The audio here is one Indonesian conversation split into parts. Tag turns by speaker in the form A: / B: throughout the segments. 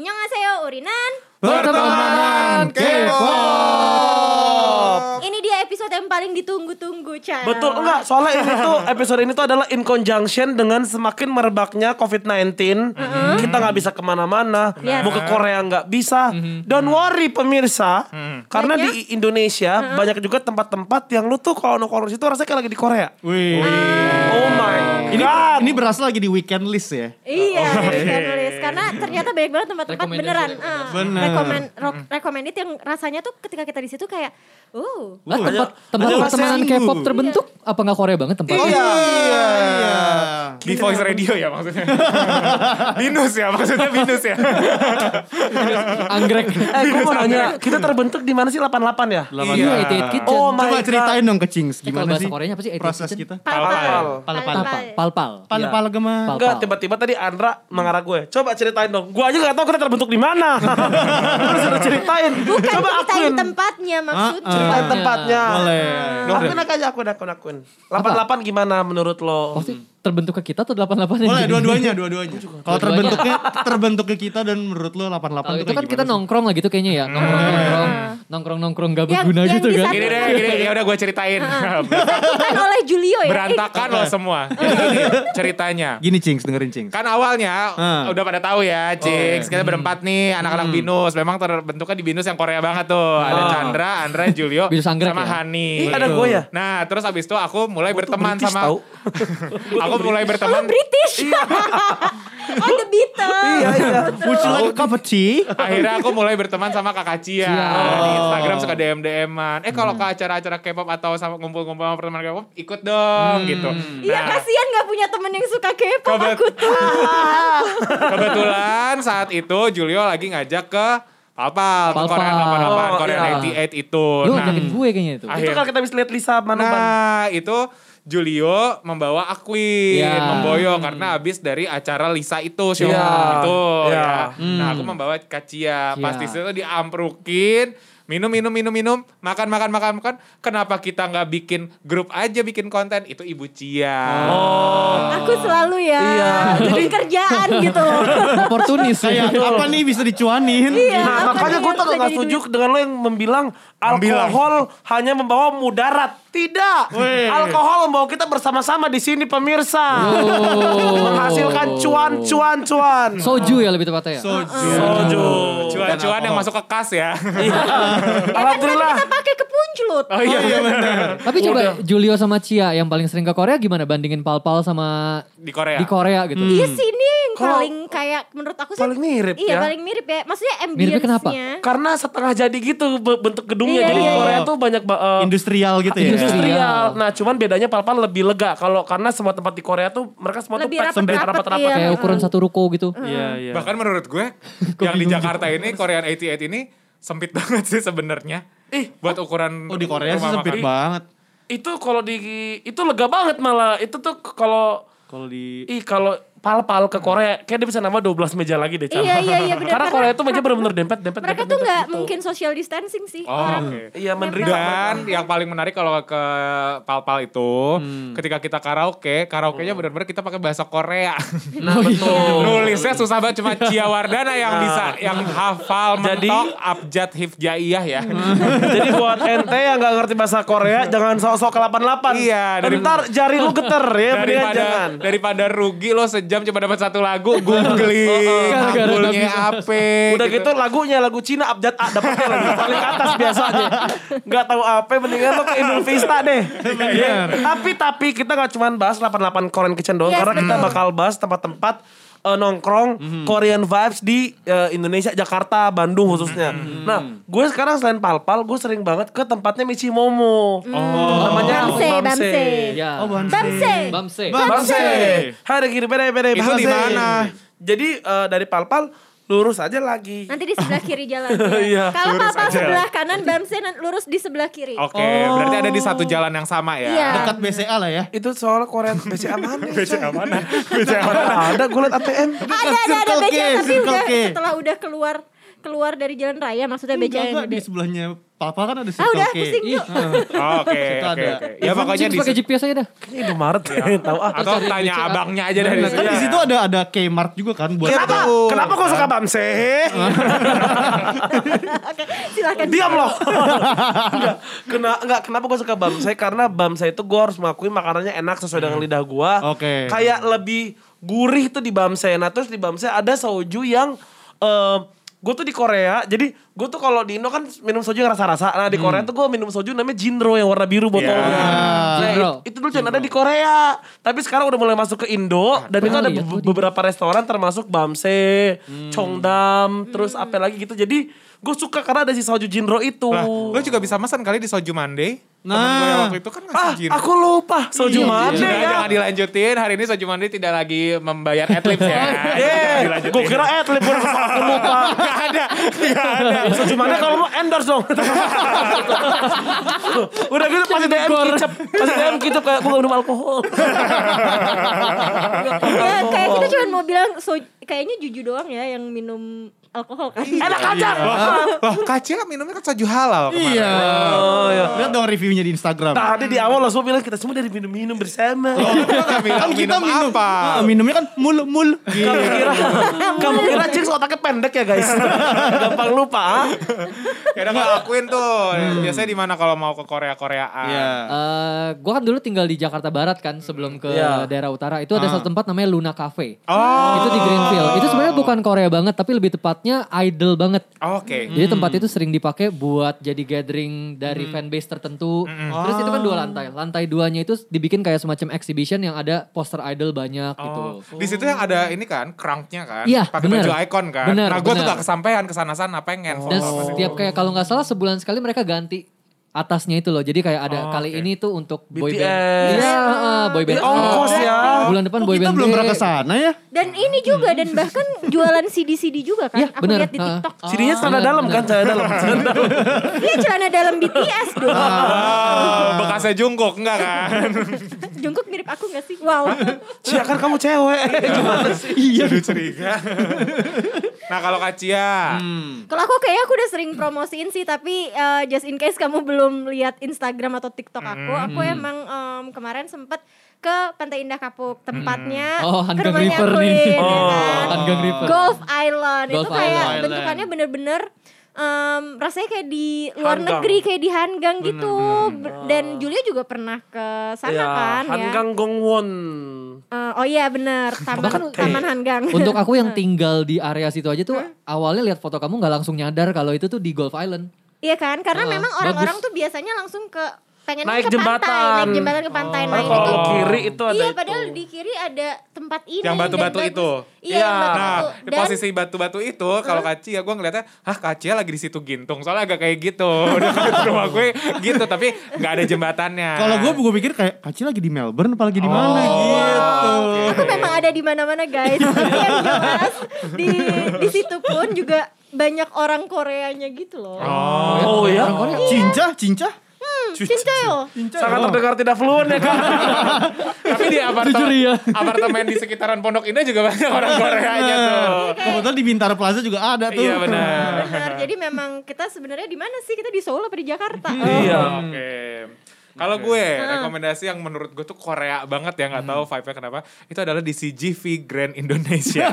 A: Annyeonghaseyo Urinan
B: Pertemanan
C: K-pop.
A: Ini dia episode yang paling ditunggu-tunggu Chan
C: Betul enggak? Soalnya ini tuh episode ini tuh adalah in conjunction dengan semakin merebaknya COVID-19.
A: Mm-hmm.
C: Kita nggak bisa kemana-mana.
A: Yes.
C: Mau ke Korea nggak bisa.
A: Mm-hmm.
C: Don't worry pemirsa, karena di Indonesia
A: Mm-hmm.
C: banyak juga tempat-tempat yang lu tuh kalau nongkrong situ rasanya kayak lagi di Korea.
B: Wih.
C: Oh my god.
B: Ini kan ini berasa lagi di weekend list ya.
A: Iya
C: Oh,
A: nulis nulis Karena ternyata banyak banget tempat-tempat
D: Rekomendasi,
A: beneran
D: rekomendasi.
A: Ah,
B: Bener.
A: recommend,
C: Hmm.
A: ro- recommended yang rasanya tuh ketika kita di situ kayak Oh
D: Lah Eh, tempat tempat
C: ada
D: pertemanan
B: Masengu.
D: K-pop terbentuk apa nggak Korea banget tempatnya?
B: Iya.
E: Di voice radio ya maksudnya. minus ya maksudnya minus ya.
D: Oh, Anggrek.
C: Eh, gue mau nanya, kita terbentuk di mana sih 88 ya?
B: Delapan
D: Iya,
B: belas.
D: 88 Kitchen.
C: Oh my
B: Coba
C: god.
B: ceritain dong ke Cings
D: kalau
B: gimana
D: bahasa
B: sih
D: Koreanya apa sih? Eighty
B: proses
D: Kitchen? Iya.
B: kita.
A: Pal-pal.
B: Pal-pal.
D: Apa? Pal-pal.
A: ya.
B: Pala-pala gemas.
C: Enggak, tiba-tiba tadi Andra mengarah gue. Coba ceritain dong. Gue aja gak tahu kita terbentuk di mana. Terus udah ceritain.
A: Bukan
C: Coba
A: ceritain
C: akuin. Ah,
A: tempatnya maksudnya
C: Ceritain tempatnya.
B: Boleh.
C: Akuin aja, akuin, akuin, akuin. 88 gimana menurut lo?
D: Pasti terbentuk ke kita gitu? tuh 88
B: Hmm. Boleh
D: yang jadi-
B: dua-duanya, dua-duanya. Kalau
D: Dua-duanya.
B: terbentuknya terbentuknya kita dan menurut lo 88
D: Oh,
B: itu
D: itu kan kita nongkrong lah gitu
B: Hmm.
D: kayaknya ya. Nongkrong-nongkrong. Nongkrong-nongkrong gak
A: Yang-
D: berguna
A: Hmm. Ya, yang
D: gitu
A: di
D: kan.
A: satu-
E: Gini deh, gini ya udah gue ceritain.
A: Bukan oleh Julio ya
E: Berantakan lo semua. Jadi gini, ceritanya.
B: Gini Cings, dengerin Cings.
E: Kan awalnya
B: Hmm.
E: udah pada tahu ya, Cix. Kita berempat nih anak-anak Binus. Memang terbentuknya di Binus yang Korea banget tuh. Ada Chandra, Andra, Julio,
D: Binus anggrek
E: sama
D: ya?
C: Ih,
E: Hani.
C: ada gue ya?
E: Nah, terus abis itu aku mulai berteman
C: British
E: sama
C: tahu.
E: Aku mulai
A: Eh, Lo
E: berteman
A: British Oh the Beatles
C: Iya, iya.
B: Would you like a cup of tea?
E: Akhirnya aku mulai berteman sama kakak Cia. Di Instagram suka DM-DM-an. Eh kalau ke acara-acara K-pop atau sama ngumpul-ngumpul sama teman K-pop, ikut dong gitu.
A: Iya
E: Nah,
A: kasihan gak punya temen yang suka K-pop
E: Kebet-
A: aku tuh
E: Kebetulan saat itu Julio lagi ngajak ke apa ke
D: Palpal.
E: Korea 88,
C: Oh,
E: Korea
C: iya.
E: 98 itu.
D: Lu
E: nah,
D: ngajakin gue kayaknya itu.
E: Ah,
C: Itu kalau kita bisa lihat Lisa Manuban.
E: nah, itu Julio membawa Aquin,
D: Ya.
E: memboyong karena habis dari acara Lisa itu show
C: Ya.
E: itu
C: Ya.
E: ya.
D: Hmm.
E: Nah, aku membawa Kacia.
D: Ya.
E: Pasti itu diamprukin, minum minum minum minum, makan makan makan makan. Kenapa kita nggak bikin grup aja bikin konten? Itu Ibu Cia.
C: Oh.
A: Aku selalu ya Bikin kerjaan gitu
D: Oportunis.
B: Kayak apa nih bisa dicuanin?
A: Iya
C: Nah,
A: apa
C: makanya
A: nih
C: gue
A: yang
C: tuh
A: bisa
C: gak
A: jadi
C: setuju
A: duit?
C: dengan lo yang membilang alkohol hanya membawa mudarat. Tidak.
B: Weh.
C: Alkohol membawa kita bersama-sama di sini pemirsa. Menghasilkan cuan-cuan-cuan.
D: Soju ya lebih tepatnya ya.
B: Soju.
C: Soju.
E: Cuan-cuan yang masuk ke kas ya.
C: Alhamdulillah.
A: Kita pakai kepuncelut
E: Oh iya, iya
D: Tapi coba Julio sama Cia yang paling sering ke Korea gimana bandingin Palpal sama
E: Di Korea.
D: di Korea gitu.
A: Iya sini yang
C: Kalau-
A: paling kayak menurut aku sih
C: Paling mirip
A: Iya
C: ya.
A: paling mirip ya Maksudnya
D: Miripnya kenapa?
A: ambience-nya
C: Karena setengah jadi gitu be- bentuk gedungnya.
A: Iya,
C: jadi
A: iya,
C: Korea
B: iya.
C: tuh banyak ba- eh,
B: Industrial gitu ya.
D: Industrial.
C: industrial. Nah, cuman bedanya Palpal lebih lega kalau karena semua tempat di Korea tuh mereka semua
A: Lebih
C: tuh pack sempit,
A: rapat-rapat,
C: rapat-rapat.
A: iya.
D: Kayak ukuran satu ruko gitu.
B: Iya, iya.
E: Bahkan menurut gue yang di Jakarta ini Korean 88 ini sempit banget sih sebenarnya. Ih, buat ukuran
B: Oh di Korea sih
E: rumah
B: sempit
E: makan.
B: banget.
C: Itu kalau di itu lega banget malah. Itu tuh k- kalau
B: Kalau di
C: ih kalau Palpal ke Korea kayak dia bisa nambah 12 meja lagi deh, Chan.
A: Iya iya iya benar
C: Karena Korea tuh meja benar-benar dempet dempet.
A: Mereka
C: dempet,
A: tuh
C: dempet
A: nggak
C: gitu.
A: mungkin social distancing sih
E: Oh,
A: Orang-
E: oke.
C: Iya, menerima.
E: Dan yang paling menarik kalau ke Palpal itu, ketika kita karaoke, karaokenya benar-benar kita pakai bahasa Korea.
C: Nah, betul.
E: Nulisnya susah banget cuma Cia Wardana yang bisa yang hafal
C: Jadi-
E: mentok abjad hifjaiyah ya.
C: Jadi buat ente yang nggak ngerti bahasa Korea, jangan sok-sok ke 88.
E: Iya, dari-
C: Ntar jari lu geter ya, mendingan
E: daripada
C: jangan.
E: daripada rugi lo sejam cuma dapat satu lagu googling googling apa
C: Udah gitu lagunya lagu Cina abjad A dapetnya lagi paling atas biasanya. Nggak tahu apa mendingan lo ke Indul Vista deh. Iya. tapi tapi kita nggak cuman bahas 88 Korean Kitchen doang
A: Yes,
C: karena kita
A: betul.
C: bakal bahas tempat-tempat eh, nongkrong
E: Mhm.
C: Korean vibes di eh, Indonesia Jakarta Bandung khususnya.
E: Mhm.
C: Nah, gue sekarang selain palpal, gue sering banget ke tempatnya Michi Momo.
E: Oh.
C: Namanya
A: Bamse, Bamse.
D: Ya.
B: Oh, Bamse.
A: Bamse.
D: Bamse.
C: Bamse.
B: Bamse.
C: Hari kiri bere bere
E: Itu di
C: Bamse.
E: mana?
C: Jadi eh, dari palpal lurus aja lagi.
A: Nanti di sebelah kiri jalan. ya.
C: Iya,
A: Kalau
E: lurus
A: papa
E: aja.
A: sebelah kanan, Bamse nan- lurus di sebelah kiri.
E: Oke, berarti ada di satu jalan yang sama ya.
A: Iya.
B: dekat BCA lah ya.
C: Itu soal Korea BCA mana? BCA
E: mana?
C: Ada, gue liat ATM.
A: Ada ada ada
B: Circle K,
A: beca tapi
B: Circle
A: udah
B: K.
A: setelah udah keluar keluar dari jalan raya maksudnya
B: Enggak, enggak,
A: BCN.
B: di sebelahnya Papa kan ada
A: Ah
B: Circle
A: udah
B: K.
A: pusing
D: Iya.
A: tuh.
E: Oh, Oke,
B: Itu
E: oke,
B: ada.
E: oke. Ya pokoknya di
D: pakai GPS aja dah.
C: Kayaknya Indomaret ya. Tahu ah.
E: atau tanya
D: BCA.
E: abangnya aja dari
B: Kan di situ
E: situ.
B: ada ada Kmart juga kan buat
C: Kenapa? Kenapa kau suka Bamse?
A: Oke, silakan.
C: Diam loh. Enggak, kena enggak kenapa gue suka Bamsai karena Bamsai itu gue harus mengakui makanannya enak sesuai dengan lidah gue.
B: Oke.
C: Kayak lebih gurih tuh di Bamsai. Nah terus di Bamsai ada soju yang gue tuh di Korea. Jadi gue tuh kalau di Indo kan minum soju yang rasa-rasa. Nah di Korea tuh gue minum soju namanya Jinro yang warna biru botolnya. Nah,
D: Jinro.
C: it- itu dulu cuma ada di Korea. Tapi sekarang udah mulai masuk ke Indo
E: Nah,
C: dan itu
E: iya,
D: Bali
C: ada
D: ya,
C: be-
D: Budi.
C: beberapa restoran termasuk Bamse,
E: Hmm.
C: Chongdam, terus apa lagi gitu. Jadi gue suka karena ada si soju Jinro itu.
E: Lah, lu juga bisa pesan kali di Soju Monday. Temen
B: Nah.
E: gue yang waktu itu kan ngasih
C: Ah,
E: jin.
C: aku lupa soju
D: Iya,
C: mana
E: Sudah,
C: ya.
E: jangan dilanjutin. Hari ini Soju Monday tidak lagi membayar adlibs ya.
B: Iya.
E: Jangan
C: Eh,
E: dilanjutin.
C: gue kira eh telepon aku lupa. Gak ada, gak ada. Soju mana kalau mau endorse dong. Udah gitu pasti DM kicep, pasti DM kicep kayak gue gak minum alkohol.
A: Ya, kayak kita cuma mau bilang so, kayaknya Juju doang ya yang minum alkohol kan.
D: Iya,
C: Enak aja.
E: Wah, wah, Kacia minumnya kan soju halal kemarin.
B: Iya.
C: Oh, iya.
B: Lihat dong reviewnya di Instagram.
C: Tadi di awal langsung bilang kita semua dari minum-minum bersama.
E: Kan
B: kan kita minum,
E: apa?
B: Ah, minumnya kan mul mul. Iya.
C: Kamu kira kamu kira Jinx otaknya pendek ya guys? Gampang lupa. ah.
E: Kadang nggak lakuin tuh. Biasanya di mana kalau mau ke Korea Koreaan.
B: Hmm. Iya.
D: Eh, gua kan dulu tinggal di Jakarta Barat kan sebelum ke
C: Iya.
D: daerah utara. Itu ada
B: Ah.
D: satu tempat namanya Luna Cafe.
E: Oh.
D: Itu di Greenfield. Itu sebenarnya bukan Korea banget tapi lebih tepatnya idol banget.
E: Oke.
D: Jadi tempat itu sering dipakai buat jadi gathering dari fanbase tertentu. Terus itu kan dua
B: Oh.
D: lantai. Lantai duanya itu dibikin kayak semacam exhibition yang ada poster idol banyak gitu.
E: Oh. Di situ yang ada ini kan, cranknya kan,
D: Iya,
E: pakai
D: bener.
E: baju ikon kan.
D: Bener,
E: nah, gue tuh
D: bener.
E: gak kesampaian ke sana sana pengen.
D: Dan
E: follow up.
D: setiap kayak kalau nggak salah sebulan sekali mereka ganti atasnya itu loh. Jadi kayak ada kali ini tuh untuk boyband.
C: BTS.
D: Iya, heeh, boyband.
C: Ini ongkos ya.
D: Bulan depan
B: Kok
D: boyband.
B: kita belum
D: B.
B: pernah ke sana ya?
A: Dan ini juga dan bahkan jualan CD-CD juga kan.
D: Iya,
A: Aku
D: bener.
A: lihat di
D: Ah.
A: TikTok.
C: Sininya celana
D: benar,
C: dalam kan, celana dalam. celana dalam.
A: Iya celana dalam BTS dong.
D: Ah.
E: Oh, bekasnya jungkok enggak kan?
A: Jungkook mirip aku gak sih? Wow.
C: Cia kan kamu cewek. Gimana sih?
E: Iya, Aduh, curiga. nah, kalau Kacia,
D: Hmm.
A: Kalau aku kayaknya aku udah sering promosiin sih, tapi eh, just in case kamu belum lihat Instagram atau TikTok aku, aku emang em, kemarin sempet ke Pantai Indah Kapuk tempatnya
D: Oh,
A: ke
D: Handgang
A: rumahnya
D: River nih.
A: Queen, ya kan?
D: Panggang River.
A: Golf Island
D: Golf
A: itu kayak
B: Island.
A: bentukannya bener-bener em, rasanya kayak di luar
C: Handgang.
A: negeri kayak di Handgang gitu. Ber- Dan Julia juga pernah ke sana
C: Ya,
A: kan ya.
C: Hanggang Gongwon.
A: Eh, oh iya bener, taman taman Handgang.
D: Untuk aku yang tinggal di area situ aja tuh awalnya lihat foto kamu nggak langsung nyadar kalau itu tuh di Golf Island.
A: Iya kan? Karena
D: Ah,
A: memang orang-orang
D: bagus.
A: tuh biasanya langsung ke pengen
C: Naik
A: ke pantai,
C: jembatan.
A: naik jembatan ke pantai.
C: Nah,
A: Nah, ini
C: kalau
A: tuh
C: kiri itu ada
A: Iya,
C: itu.
A: padahal di kiri ada tempat ini
E: Yang batu-batu
A: dan bagus.
E: itu.
A: Iya,
C: Iya.
A: yang batu-batu.
E: nah di
A: Dan
E: posisi batu-batu itu kalau Kacia gue ngeliatnya, hah Kacia lagi di situ gintung, soalnya agak kayak gitu. Udah ke rumah gue gitu, tapi nggak ada jembatannya.
B: Kalau gue gue pikir kayak Kaci lagi di Melbourne apa lagi di mana
E: Oh.
B: gitu.
A: aku memang ada di mana-mana, guys. Tapi yang jelas di di situ pun juga banyak orang Koreanya gitu loh.
C: Oh, ya.
B: Cincah, cincah.
A: Hmm, Cintayo.
C: Sangat terdengar tidak fluent ya kan.
E: Tapi di apartemen,
D: Jujur, iya.
E: apartemen di sekitaran Pondok Indah juga banyak orang
B: Iya,
E: Koreanya tuh.
B: Nah, Kebetulan di Bintara Plaza juga ada tuh.
E: Iya benar.
A: Benar. Jadi memang kita sebenarnya di mana sih? Kita di Seoul apa di Jakarta?
C: Iya.
E: Oke. Kalau gue rekomendasi yang menurut gue tuh Korea banget ya nggak tahu vibe-nya kenapa itu adalah di CGV Grand Indonesia.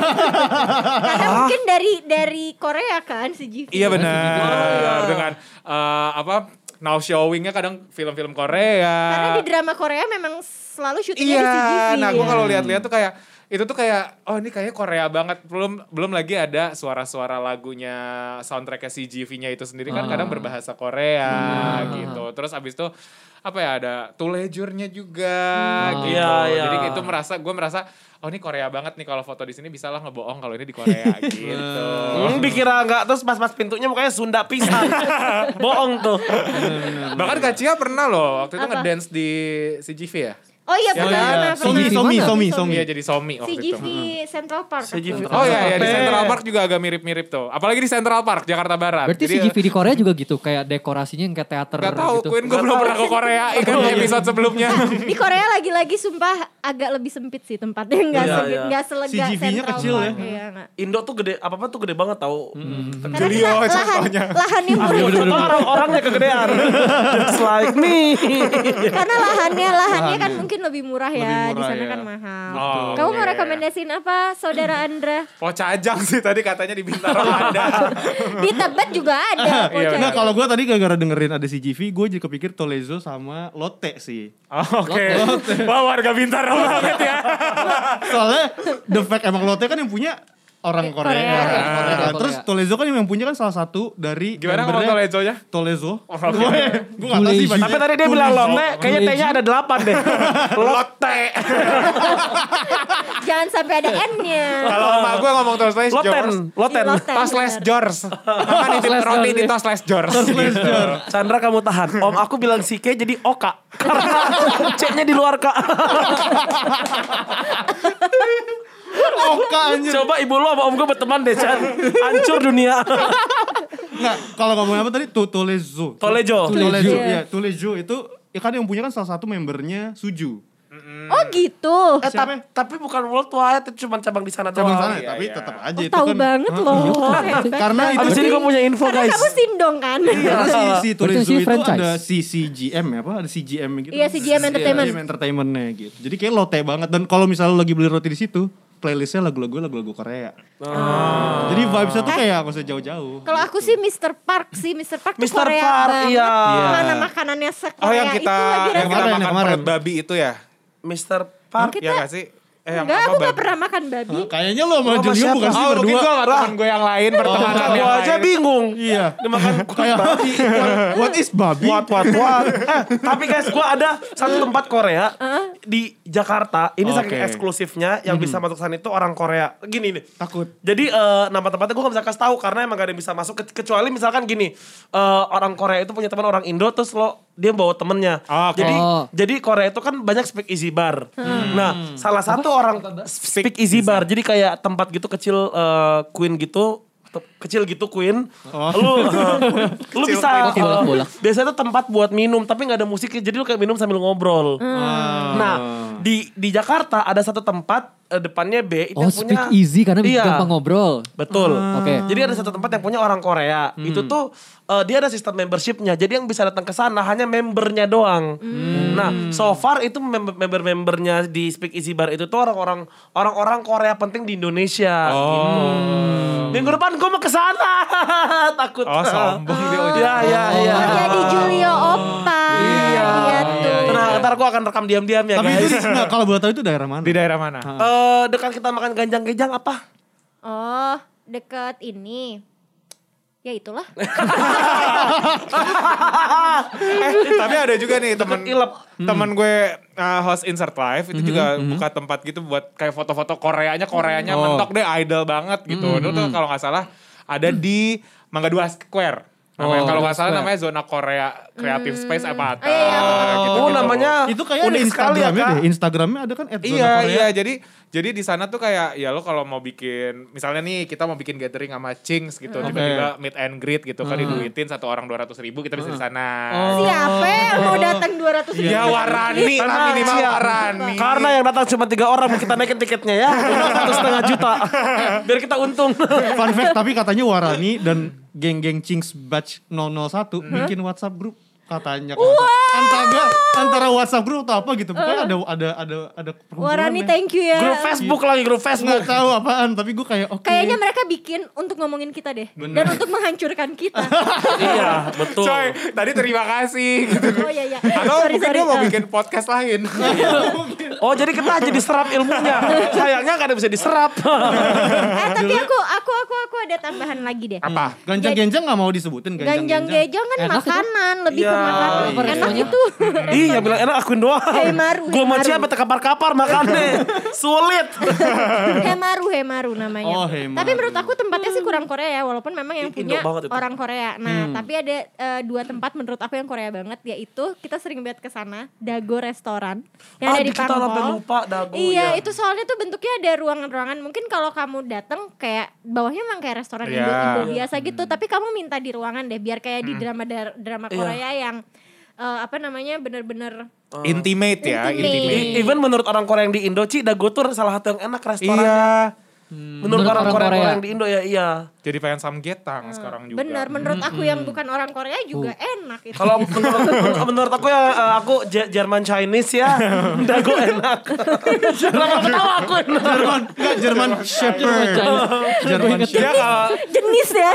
A: Karena mungkin dari dari Korea kan si Jivi.
C: iya.
E: Iya benar. Dengan eh, apa now showing-nya kadang film-film Korea.
A: Karena di drama Korea memang selalu syutingnya di
E: Iya,
A: CGV.
E: nah gue kalau lihat-lihat tuh kayak itu tuh kayak oh ini kayaknya Korea banget belum belum lagi ada suara-suara lagunya soundtracknya CGV-nya itu sendiri kan
C: Ah.
E: kadang berbahasa Korea gitu terus abis itu apa ya ada tulejurnya juga gitu
C: Iya, iya.
E: jadi itu merasa gue merasa oh ini Korea banget nih kalau foto di sini bisa lah ngebohong kalau ini di Korea gitu
C: Hmm, dikira enggak terus pas-pas pintunya mukanya Sunda pisang. Bohong tuh.
E: bahkan Kak Cia pernah loh waktu itu ngedance di CGV ya
A: Oh iya pernah,
E: Ya, iya.
A: pernah,
B: Somi,
A: pernah.
B: Somi, Somi, Somi.
E: Iya jadi Somi waktu itu.
A: CGV Central Park.
C: CGV.
E: Oh iya, iya di
C: Eh.
E: Central Park juga agak mirip-mirip tuh. Apalagi di Central Park Jakarta Barat.
D: Berarti
E: Ah, Jadi,
D: CGV di Korea juga gitu kayak dekorasinya yang kayak teater
E: Gak tau,
D: gitu.
E: Queen gue belum pernah ke Korea Ikan episode sebelumnya
A: Di Korea lagi-lagi sumpah agak lebih sempit sih tempatnya nggak
C: Iya,
A: sege-
C: iya.
A: nggak selega
B: CGV -nya
A: Central
B: kecil ya.
A: Park. Iya, nggak.
C: Indo tuh gede, apa-apa tuh gede banget tau.
A: Karena kita lahan, lahannya murni.
C: Orang-orangnya kegedean. Just like me.
A: Karena lahannya lahannya kan mungkin lebih murah ya. Di
B: Lebih murah,
A: sana
B: ya.
A: kan mahal.
E: Oh,
A: Kamu mau
E: oke.
A: rekomendasiin apa Saudara Andra?
E: Oh cajang sih tadi katanya di Bintaro ada
A: Di Tebet juga ada.
E: Iya,
A: pojoknya.
B: Nah kalau gue tadi gara-gara dengerin ada CGV, gue jadi kepikir Tolezo sama Lotte sih.
E: Oh, Oke Wah warga Bintaro banget ya
B: Soalnya the fact emang Lotte kan yang punya orang Korea.
A: Korea. Korea,
B: Nah,
D: Korea, Korea.
B: Terus Tolezo kan yang punya kan salah satu dari
E: Gimana kalau
B: membernya
E: Tolezonya?
B: Tolezo. Gue
E: Oke.
B: gak tau sih.
D: Tolezo.
B: bacanya.
C: Tapi tadi dia bilang
B: Tolezo.
C: lotte, kayaknya T-nya ada delapan deh.
E: Lotte
A: Jangan sampai ada N-nya.
E: Kalau sama gue ngomong Tosles
C: Loten,
E: George
C: loten.
A: Loten.
E: Tosles George Apa nitip
D: Tosles
E: roti
D: George.
E: di Tosles George
B: Tolezo.
E: Gitu.
C: Chandra kamu tahan. Om aku bilang si K jadi Oka. Karena C-nya di luar K.
B: Oka anjir.
C: Coba ibu lu sama om gue berteman deh, Chan. Hancur dunia.
B: Nggak, Nah, kalau ngomong apa tadi? Tu- Tolezo.
C: Tolejo.
B: Tolezo.
A: Iya.
B: Iya, Tolezo itu ya kan yang punya kan salah satu membernya Suju.
A: Oh gitu.
C: Eh,
B: Siapa
C: tapi,
B: ya?
C: tapi bukan worldwide, itu cuma cabang di sana
B: Cabang
C: doang.
B: sana,
E: iya,
B: ya, tapi
E: iya.
B: tetap aja
A: Oh,
B: itu
A: tahu
B: kan.
A: banget
E: Ah,
A: loh.
B: Karena itu
C: Abis ini
A: Berarti-
C: kamu punya info
A: Karena
C: guys.
A: kamu sindong kan?
E: Iya.
B: Karena si, si
D: Iya. Berarti
B: Tolezo
D: si
B: itu
D: franchise.
B: ada si CGM ya apa? Ada CGM gitu.
A: Iya, CGM Entertainment.
B: CGM Entertainment-nya gitu. Jadi kayak lote banget dan kalau misalnya lo lagi beli roti di situ, playlistnya lagu-lagu lagu-lagu Korea.
C: Ah.
B: Jadi vibes-nya tuh kayak nggak usah jauh-jauh.
A: Kalau aku sih Mr. Park sih, Mr. Park tuh
C: Mr.
A: Korea
C: Park,
A: banget.
C: iya.
A: Mana makanannya se-Korea
E: Oh yang kita
A: itu lagi
E: Yang
A: rasanya.
E: kita
B: Kemarin,
E: makan
B: kemarin.
E: perut babi itu ya
C: Mr. Park.
E: Ya gak sih? Eh yang
A: Enggak,
E: apa
A: aku gak
E: babi?
A: pernah makan babi.
B: Kayaknya lo sama
C: Lo sama
B: Julio
C: siapa? Ah,
B: bukan sih
E: Oh mungkin
B: berdua.
E: gue sama temen gue yang lain Pertemanan
C: Aku
E: yang
C: aja
E: lain
C: bingung.
B: Iya.
C: Dimakan kulit
B: Kayak
C: babi.
B: What is babi? Ah.
C: What, what, what. eh, tapi guys, gue ada satu tempat Korea di Jakarta. Ini saking
B: Oke.
C: eksklusifnya yang bisa masuk sana itu orang Korea. Gini nih.
B: Takut.
C: Jadi eh, nama tempatnya gue gak bisa kasih tahu karena emang gak ada yang bisa masuk ke- kecuali misalkan gini eh, orang Korea itu punya teman orang Indo terus lo dia bawa temennya.
E: Oke.
C: Jadi
D: Oh.
C: jadi Korea itu kan banyak speak easy bar. Nah salah satu orang speak easy bar jadi kayak tempat gitu kecil eh, Queen gitu te- kecil gitu Queen, lu eh, lu bisa eh,
D: Queen. Bolak-balik.
C: biasanya tuh tempat buat minum tapi nggak ada musiknya jadi lu kayak minum sambil ngobrol.
B: Hmm.
C: Nah di di Jakarta ada satu tempat eh, depannya B itu
D: Oh
C: yang punya
D: speak easy karena
C: Iya.
D: gampang ngobrol.
C: Betul.
D: Oke.
C: Jadi ada satu tempat yang punya orang Korea. Itu tuh eh, dia ada sistem membershipnya. Jadi yang bisa datang ke sana hanya membernya doang.
B: Hmm.
C: Nah, so far itu mem- member-membernya di Speak Easy Bar itu tuh orang-orang orang-orang Korea penting di Indonesia. Gitu. Minggu depan gue mau ke sana. Takut.
E: Oh sombong dia
C: Iya, iya,
E: Ah,
C: iya.
A: Oh, jadi Julio Oppa. Iya, tuh.
E: Iya.
C: Nah, ntar gue akan rekam diam-diam ya,
B: Tapi itu
C: guys.
B: nggak kalau boleh tahu itu daerah mana?
E: Di daerah mana?
C: Eh, dekat kita makan ganjang-gejang apa?
A: Oh, deket ini. Ya itulah.
E: Oh. eh, tapi ada juga nih temen Hmm.
C: Ilep.
E: temen gue uh, host insert live itu juga buka tempat gitu buat kayak foto-foto Koreanya Koreanya mentok deh idol banget gitu itu tuh kalau nggak salah ada di Mangga Dua Square
D: Oh,
E: namanya kalau
D: Dua
E: nggak salah
D: Square.
E: namanya zona Korea Creative Space apa apa
A: Oh, iya, iya, apa, apa,
E: gitu,
C: Oh, namanya
B: itu kayak ada
C: unik sekali ya,
B: Instagramnya
C: Kak.
B: deh. Instagramnya ada kan at zona
E: Iya
B: Korea.
E: iya jadi jadi di sana tuh kayak ya lo kalau mau bikin misalnya nih kita mau bikin gathering sama Cings gitu tiba-tiba meet and greet gitu kan diduitin satu orang dua ratus ribu kita bisa di sana.
A: Oh, Siapa yang mau datang 200 ribu?
E: Ya Warani lah
C: Karena-
E: minimal
C: iya.
E: Warani.
C: Karena yang datang cuma tiga orang kita naikin tiketnya ya satu setengah juta Iya. biar kita untung.
B: Fun fact, tapi katanya Warani dan geng-geng Cings Batch 001
A: Hmm.
B: bikin WhatsApp grup katanya kalau nggak salah. antara antara WhatsApp grup atau apa gitu pokoknya ada ada ada ada perkumpulan
A: Warani
B: ya.
A: thank you ya.
C: grup Facebook lagi grup
B: nggak
C: Facebook.
B: tahu apaan tapi gue kayak oke
A: Kayaknya
E: iya.
A: mereka bikin untuk ngomongin kita deh. Dan untuk menghancurkan kita.
C: iya betul.
E: Coy, tadi terima kasih gitu.
A: Oh iya iya.
E: Atau
A: Sorry,
E: mungkin
A: sorry.
E: dia mau
A: Ah.
E: bikin podcast lain.
C: Oh jadi kita jadi serap ilmunya. Sayangnya gak ada yang bisa diserap.
A: Eh tapi aku aku aku aku ada tambahan lagi deh.
E: Apa?
B: ganjang-ganjang nggak mau disebutin
A: Ganjang
B: ganjang-ganjang
A: gejong kan
D: Enak itu.
A: makanan, lebih ke makan.
D: Oh, Eh, iya.
A: Enak itu.
C: Ih, yang Iya, bilang enak akuin doang.
A: Hei, Maru,
C: Gue
A: hei,
C: mau
A: Maru.
C: siapa tekapar-kapar makannya. Sulit.
A: Hemaru, Hemaru namanya.
B: Oh, Hemaru.
A: Tapi menurut aku tempatnya sih kurang Korea ya, walaupun memang yang
C: Ih,
A: punya
C: Indo banget itu.
A: orang Korea. Nah, tapi ada eh, dua tempat menurut aku yang Korea banget yaitu kita sering banget ke sana, Dago Restoran yang ada
C: Aduh,
A: di
C: Ah, kita sampai
A: Parpol.
C: lupa Dago.
A: Iya,
C: ya.
A: itu soalnya tuh bentuknya ada ruangan-ruangan. Mungkin kalau kamu datang kayak bawahnya emang kayak restoran
E: Iya.
A: Indo, Indo biasa gitu, tapi kamu minta di ruangan deh biar kayak di drama dar- drama
C: Iya.
A: Korea yang eh, apa namanya bener-bener
E: Intimate ya,
A: Intimate.
E: intimate.
C: I- Even menurut orang Korea yang di Indo, Ci, Dago tuh salah satu yang enak restorannya.
E: Iya.
C: Menurut, orang, Korea, Korea yang di Indo ya, iya.
E: Jadi pengen
A: Hmm.
E: samgetang sekarang juga.
A: bener. Menurut aku yang bukan orang Korea juga
C: Hmm.
A: enak itu.
C: Kalau menurut, menurut- menurut aku ya, eh, aku J- Jerman Chinese ya, Dago enak. Kenapa ketawa aku enak?
B: Jerman, enggak Jerman Shepherd. Jerman
E: Ya,
A: Iya.
B: Shepherd.
E: kalau-
A: jenis ya.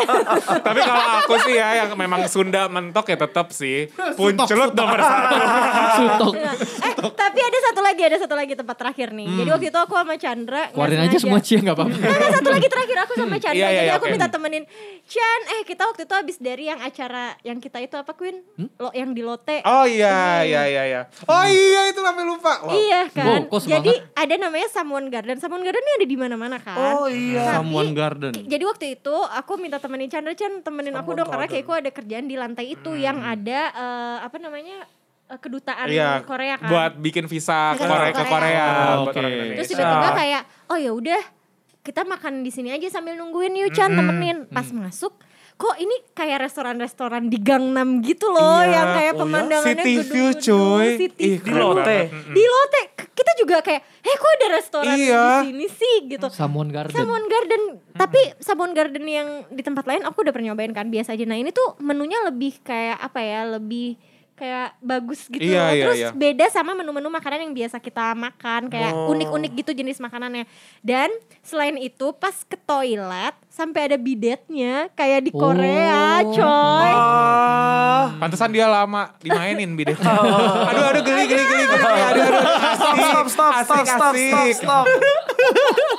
E: tapi kalau aku sih ya yang memang Sunda mentok ya tetap sih puncelut nomor satu.
D: Sutok.
A: eh, tapi ada satu lagi, ada satu lagi tempat terakhir nih. Jadi waktu itu aku sama Chandra nggak
D: Keluarin aja
A: sengaja-
D: semua cia nggak apa-apa.
A: Nah, satu lagi terakhir aku sama Chandra.
E: Iya, iya,
A: jadi
E: iya,
A: aku
E: oke.
A: minta temenin Chan, eh kita waktu itu habis dari yang acara yang kita itu apa Queen? Lo yang di Lotte.
E: Oh iya, iya, iya, iya. Oh iya itu sampai lupa. Wow.
A: Iya kan.
D: Wow, kok semangat.
A: jadi ada namanya Samuan Garden. Samuan Garden ini ada di mana-mana kan.
C: Oh iya.
B: Someone Garden.
A: Jadi waktu itu aku minta temenin Chandra Chan temenin aku dong karena kayak aku ada kerjaan di lantai itu yang ada eh, apa namanya eh, kedutaan
E: Iya,
A: Korea kan.
E: Buat bikin visa ke
A: Ke
E: Korea ke
A: Korea.
E: Korea
B: Oh,
E: buat
B: oke.
E: orang Indonesia.
A: Terus tiba-tiba kayak oh ya udah kita makan di sini aja sambil nungguin yuk Chan temenin. Pas masuk kok ini kayak restoran-restoran di Gangnam gitu loh
E: Iya.
A: yang kayak
E: Oh ya?
A: pemandangannya
E: City view,
A: gedung-gedung,
E: cuy.
A: City view.
C: Di
E: Ih, Keren
C: Lotte.
E: banget.
A: Di Lotte K- kita juga kayak eh kok ada restoran
E: Iya.
A: di sini sih gitu.
D: Samuan Garden.
A: Salmon Garden, tapi Salmon Garden yang di tempat lain aku udah pernah nyobain kan biasa aja. Nah ini tuh menunya lebih kayak apa ya, lebih kayak bagus gitu.
E: Iya,
A: loh.
E: iya,
A: Terus
E: iya.
A: beda sama menu-menu makanan yang biasa kita makan, kayak
E: Oh.
A: unik-unik gitu jenis makanannya. Dan selain itu pas ke toilet sampai ada bidetnya kayak di Korea,
D: Oh.
A: coy.
C: Ah,
E: Pantesan dia lama dimainin bidet. aduh aduh geli geli geli geli. Aduh aduh.
C: Stop, stop, stop, stop,
E: Asik,
C: stop,
E: asik.
C: stop, stop.